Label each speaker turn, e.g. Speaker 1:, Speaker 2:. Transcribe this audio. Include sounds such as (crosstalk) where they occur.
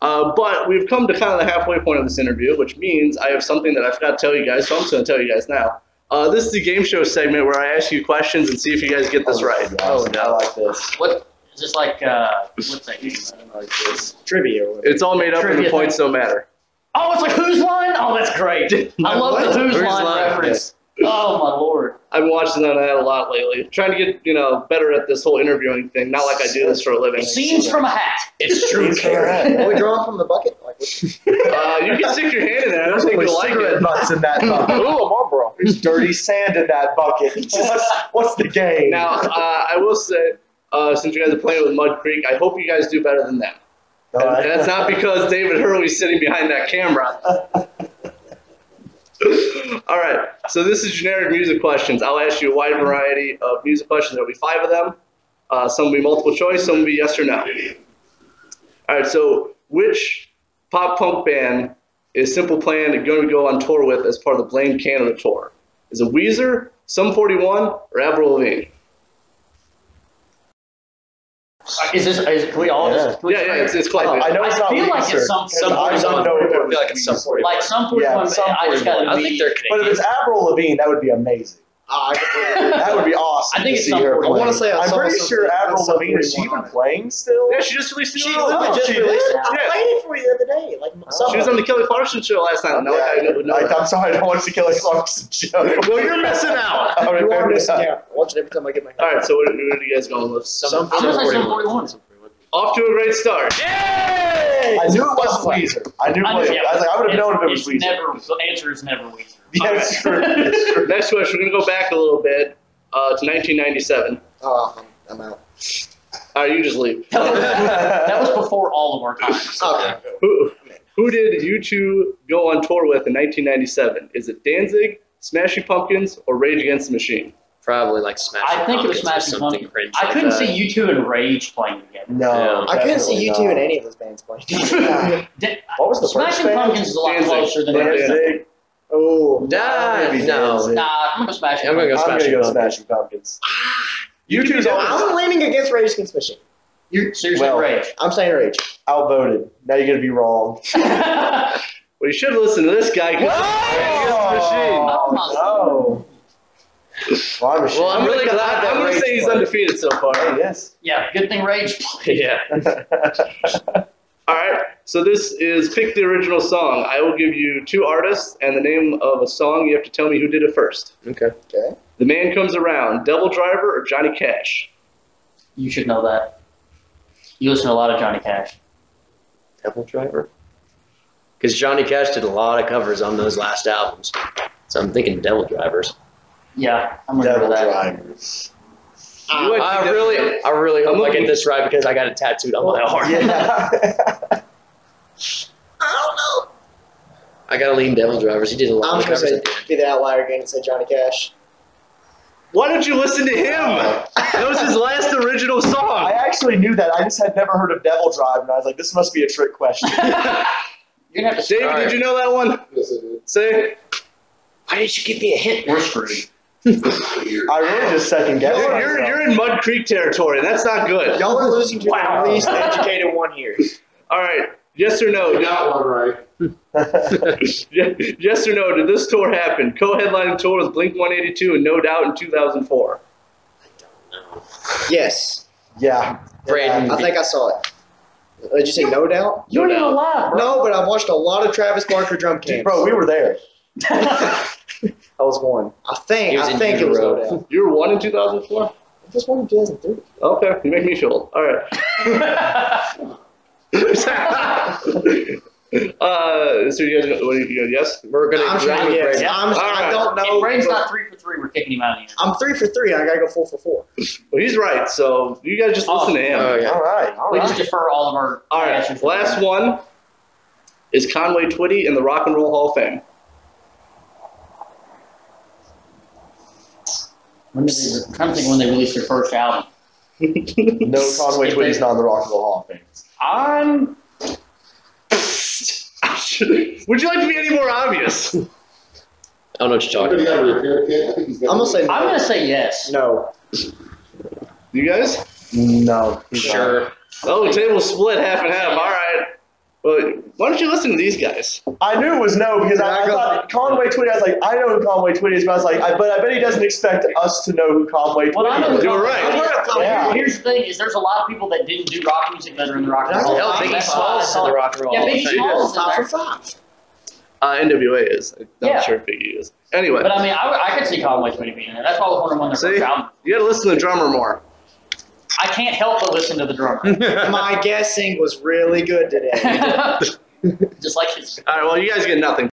Speaker 1: Uh, but we've come to kind of the halfway point of this interview, which means I have something that I forgot to tell you guys, so I'm just going to tell you guys now. Uh, this is the game show segment where I ask you questions and see if you guys get this right.
Speaker 2: Oh, no. I like this.
Speaker 3: What is this like? Uh, what's that game?
Speaker 2: I like this. Trivia. or whatever.
Speaker 1: It's all made up and the
Speaker 3: Trivia
Speaker 1: points don't matter.
Speaker 3: Oh, it's like Who's Line? Oh, that's great. (laughs) I love the Who's,
Speaker 1: Who's
Speaker 3: Line,
Speaker 1: Line?
Speaker 3: reference. Oh my lord.
Speaker 1: I've been watching that a lot lately, trying to get you know better at this whole interviewing thing. Not like I do this for a living.
Speaker 3: Scenes from a hat.
Speaker 2: It's true.
Speaker 4: Are we drawing from the bucket? Like, what-
Speaker 1: Uh, you can stick your hand in there. I don't think
Speaker 4: There's
Speaker 1: you'll like
Speaker 4: cigarette
Speaker 1: it.
Speaker 4: butts in that bucket.
Speaker 1: Ooh, Marlboro.
Speaker 4: There's dirty sand in that bucket. It's just- what's, what's the game?
Speaker 1: Now, uh, I will say, uh, since you guys are playing with Mud Creek, I hope you guys do better than that.
Speaker 4: All
Speaker 1: And,
Speaker 4: right.
Speaker 1: and that's not because David Hurley's sitting behind that camera. (laughs) All right, so this is generic music questions. I'll ask you a wide variety of music questions. There'll be five of them. Uh, some will be multiple choice, some will be yes or no. All right, so which pop punk band is Simple Plan going to go on tour with as part of the Blame Canada tour? Is it Weezer, Sum 41, or Avril Lavigne?
Speaker 3: (laughs) Is this? Is, can we all
Speaker 4: Yeah.
Speaker 3: just? Can we
Speaker 1: Yeah, yeah,
Speaker 3: try-
Speaker 1: it's, it's
Speaker 5: Oh,
Speaker 1: collected.
Speaker 4: I know it's
Speaker 3: I
Speaker 4: not
Speaker 3: feel like
Speaker 4: research,
Speaker 3: it's some-
Speaker 4: 'cause
Speaker 3: some
Speaker 4: I don't
Speaker 3: form
Speaker 4: know
Speaker 2: of-
Speaker 4: if
Speaker 2: I feel
Speaker 4: it's
Speaker 2: like it's some form of-
Speaker 3: Like some forty
Speaker 4: Yeah,
Speaker 3: one.
Speaker 4: some
Speaker 3: I just gotta.
Speaker 2: I think they're
Speaker 4: But if
Speaker 2: Canadian.
Speaker 4: it's Avril Lavigne, that would be amazing.
Speaker 5: Ah, I completely-
Speaker 4: That would be awesome.
Speaker 3: I think
Speaker 4: to
Speaker 3: it's
Speaker 4: see
Speaker 3: some
Speaker 4: her
Speaker 3: form of-
Speaker 4: play.
Speaker 5: I wanna say I
Speaker 4: I'm
Speaker 5: saw
Speaker 4: pretty
Speaker 5: something
Speaker 4: sure
Speaker 5: that
Speaker 4: Avril
Speaker 5: was some
Speaker 4: Lavigne is she
Speaker 5: forty-one.
Speaker 4: even playing
Speaker 1: (laughs)
Speaker 4: still?
Speaker 1: Yeah, she just released the
Speaker 5: She
Speaker 1: album.
Speaker 5: literally just
Speaker 4: she
Speaker 5: released it.
Speaker 3: Yeah.
Speaker 5: I played it for you the other day. Like,
Speaker 1: She was on the Kelly Clarkson show last night. No, I know, know
Speaker 4: I,
Speaker 1: that.
Speaker 4: am sorry, I don't want to kill a (laughs) Clarkson show.
Speaker 1: Well, you're missing out.
Speaker 4: I
Speaker 5: You are
Speaker 4: remember
Speaker 5: missing
Speaker 4: that.
Speaker 5: out. I watch it every time I get my.
Speaker 1: All right, so what, what are you guys going with?
Speaker 5: Some-
Speaker 3: I'm gonna say some forty one.
Speaker 1: Off to a great start.
Speaker 4: I knew it wasn't Weezer. I knew it wasn't. I was like, I would have known if it was Weezer.
Speaker 3: Never. The answer is never Weezer.
Speaker 4: Yeah, it's true. It's true.
Speaker 1: Next question, we're going to go back a little bit uh, to 1997.
Speaker 5: Oh, I'm, I'm out.
Speaker 1: All right, you just leave.
Speaker 3: (laughs) That (laughs) was before all of our
Speaker 4: (laughs)
Speaker 3: times.
Speaker 5: Oh, Okay.
Speaker 1: Who, who did you two go on tour with in 1997? Is it Danzig, Smashing Pumpkins, or Rage Against the Machine?
Speaker 2: Probably like Smash.
Speaker 3: I think it was
Speaker 2: Smash
Speaker 3: Smashing
Speaker 2: something cringe.
Speaker 3: I
Speaker 2: like
Speaker 3: couldn't
Speaker 2: that.
Speaker 3: see you two and Rage playing together.
Speaker 4: No,
Speaker 5: I couldn't
Speaker 4: definitely
Speaker 5: see you two
Speaker 4: not.
Speaker 5: in any of those bands (laughs) playing.
Speaker 4: What was the first
Speaker 3: Smashing
Speaker 4: band?
Speaker 3: Pumpkins is a lot
Speaker 1: Danzig.
Speaker 3: closer than
Speaker 1: Danzig.
Speaker 3: Rage.
Speaker 5: oh,
Speaker 2: Nah,
Speaker 4: Maybe
Speaker 2: no.
Speaker 4: Danzig.
Speaker 3: Nah, I'm gonna smash.
Speaker 2: I'm gonna go
Speaker 4: I'm gonna
Speaker 2: Smashing
Speaker 4: go
Speaker 2: Pumpkins.
Speaker 4: Smashing Pumpkins. You two's always
Speaker 5: I'm leaning against Rage Against the Machine.
Speaker 3: You're seriously
Speaker 4: Well-
Speaker 3: Rage. (laughs)
Speaker 5: I'm saying Rage.
Speaker 4: outvoted. Now you're gonna be wrong.
Speaker 3: I
Speaker 1: Well, you should listen to this guy. 'cause-
Speaker 3: Oh, my
Speaker 4: no. Well, I'm ashamed.
Speaker 2: Well, I'm really glad that
Speaker 1: I'm going to
Speaker 2: Rage
Speaker 1: say he's
Speaker 2: won.
Speaker 1: undefeated so far.
Speaker 3: (laughs)
Speaker 4: Hey, yes.
Speaker 3: Yeah, good thing Rage
Speaker 2: Yeah.
Speaker 1: All right. So this is pick the original song. I will give you two artists and the name of a song. You have to tell me who did it first.
Speaker 2: Okay.
Speaker 5: Okay.
Speaker 1: The Man Comes Around, Devil Driver, or Johnny Cash?
Speaker 3: You should know that. You listen to a lot of Johnny Cash.
Speaker 2: Devil Driver. Because Johnny Cash did a lot of covers on those last albums, so I'm thinking Devil Drivers.
Speaker 3: Yeah, I'm gonna go
Speaker 4: Devil
Speaker 3: with that.
Speaker 4: drivers.
Speaker 1: You went
Speaker 2: Uh, I
Speaker 1: to
Speaker 2: really,
Speaker 1: Devil-
Speaker 2: I really
Speaker 1: I'm
Speaker 2: hope I
Speaker 1: looking-
Speaker 2: get this right because I got it tattooed on my arm.
Speaker 4: Yeah.
Speaker 5: I
Speaker 2: I gotta lean Devil Drivers. He did a
Speaker 5: don't know.
Speaker 2: lot
Speaker 5: I'm
Speaker 2: of
Speaker 5: gonna
Speaker 2: covers.
Speaker 5: say
Speaker 2: at the end.
Speaker 5: be the outlier again and say Johnny (laughs) Cash.
Speaker 1: Why don't you listen to him? That was his last original
Speaker 4: I
Speaker 1: song.
Speaker 4: actually knew that. I just had never heard of Devil Drive, and I was like, this must be a trick question.
Speaker 1: (laughs)
Speaker 3: You're gonna have to.
Speaker 1: David,
Speaker 2: All
Speaker 1: did
Speaker 2: right.
Speaker 1: you know that one? Say.
Speaker 2: Why didn't you give me a hint?
Speaker 3: We're screwed.
Speaker 4: I really just second guessed.
Speaker 1: You're, you're, you're in Mud Creek territory. and That's not good.
Speaker 5: Y'all are losing to
Speaker 3: Wow.
Speaker 5: the least educated one here.
Speaker 1: All right. Yes or no? (laughs)
Speaker 6: Got one right.
Speaker 4: (laughs) you're...
Speaker 1: Yes or no? Did this tour happen? Co-headlining tour with Blink 182 and No Doubt in 2004.
Speaker 5: Yes.
Speaker 4: yeah.
Speaker 2: Brandon.
Speaker 5: I think I saw it. Uh, Did you say No Doubt?
Speaker 3: You don't even lie, bro.
Speaker 5: No, but I watched a lot of Travis Barker drum camps.
Speaker 4: Bro, we were
Speaker 3: (laughs)
Speaker 4: there.
Speaker 5: I was one. I
Speaker 2: He
Speaker 5: think.
Speaker 2: was
Speaker 5: I
Speaker 2: in
Speaker 5: think it was No
Speaker 2: Euro.
Speaker 5: Doubt.
Speaker 1: You were one in 2004.
Speaker 5: I just won in 2003.
Speaker 1: Okay, you make me feel old. All right. uh, so you guys, what are you, yes?
Speaker 2: We're gonna
Speaker 5: I'm trying to
Speaker 2: agree
Speaker 5: guess.
Speaker 2: with Brandon.
Speaker 5: I'm, I
Speaker 1: Alright.
Speaker 5: don't know.
Speaker 3: if Ray's
Speaker 5: but
Speaker 3: not three for three, we're kicking him out of here.
Speaker 5: I'm three for three. I gotta go four for four.
Speaker 1: Well, Oh, he's right. So you guys just listen to him.
Speaker 2: Oh yeah.
Speaker 4: All right. All
Speaker 3: we
Speaker 4: right.
Speaker 3: just defer all of our.
Speaker 1: All right. Last one is Conway Twitty in the Rock and Roll Hall of Fame.
Speaker 3: When did they, I'm trying to think when they released their first album.
Speaker 4: (laughs) No Conway Twitty's not in the Rock and Roll Hall of Fame.
Speaker 3: I'm.
Speaker 1: (laughs) Would you like to be any more obvious?
Speaker 2: I don't know what you're
Speaker 6: Somebody
Speaker 2: talking about.
Speaker 6: got a repair kit? I think he's got
Speaker 5: I'm gonna say
Speaker 3: I'm
Speaker 5: no.
Speaker 3: gonna say yes.
Speaker 5: No.
Speaker 1: You guys?
Speaker 4: No. he's not.
Speaker 2: Sure.
Speaker 1: Oh, table split half and half. All right. Well, why don't you listen to these guys?
Speaker 4: I knew it was no because I, I
Speaker 5: Back up.
Speaker 4: thought Conway Twitty. I was like, I know who Conway Twitty is, but I was like, I, but I bet he doesn't expect us to know who Conway
Speaker 3: Well, I
Speaker 4: Twitty
Speaker 3: know
Speaker 4: is.
Speaker 1: You're right.
Speaker 4: Yeah.
Speaker 3: Here's the thing: is there's a lot of people that didn't do rock music that are in the rock and
Speaker 5: That's-
Speaker 3: roll.
Speaker 2: Hell,
Speaker 3: That's
Speaker 2: Biggie
Speaker 3: why I
Speaker 2: Smalls in
Speaker 3: thought-
Speaker 2: the rock and roll.
Speaker 3: Yeah,
Speaker 2: Hall of
Speaker 3: Biggie
Speaker 2: Fame.
Speaker 3: Smalls is in
Speaker 5: Five
Speaker 3: there.
Speaker 5: for five.
Speaker 1: Uh, NWA is. I'm not
Speaker 3: Yeah.
Speaker 1: sure if Biggie is. Anyway,
Speaker 3: But I mean, I, would- I could see Conway Twitty being in it. That's why I was wondering when their
Speaker 1: See?
Speaker 3: first album.
Speaker 1: you gotta listen to the drummer more.
Speaker 3: I can't help but listen to the
Speaker 1: (laughs)
Speaker 3: drummer. (laughs)
Speaker 5: My guessing was really good today.
Speaker 4: (laughs)
Speaker 3: Just like his
Speaker 1: All right, well, you guys get nothing.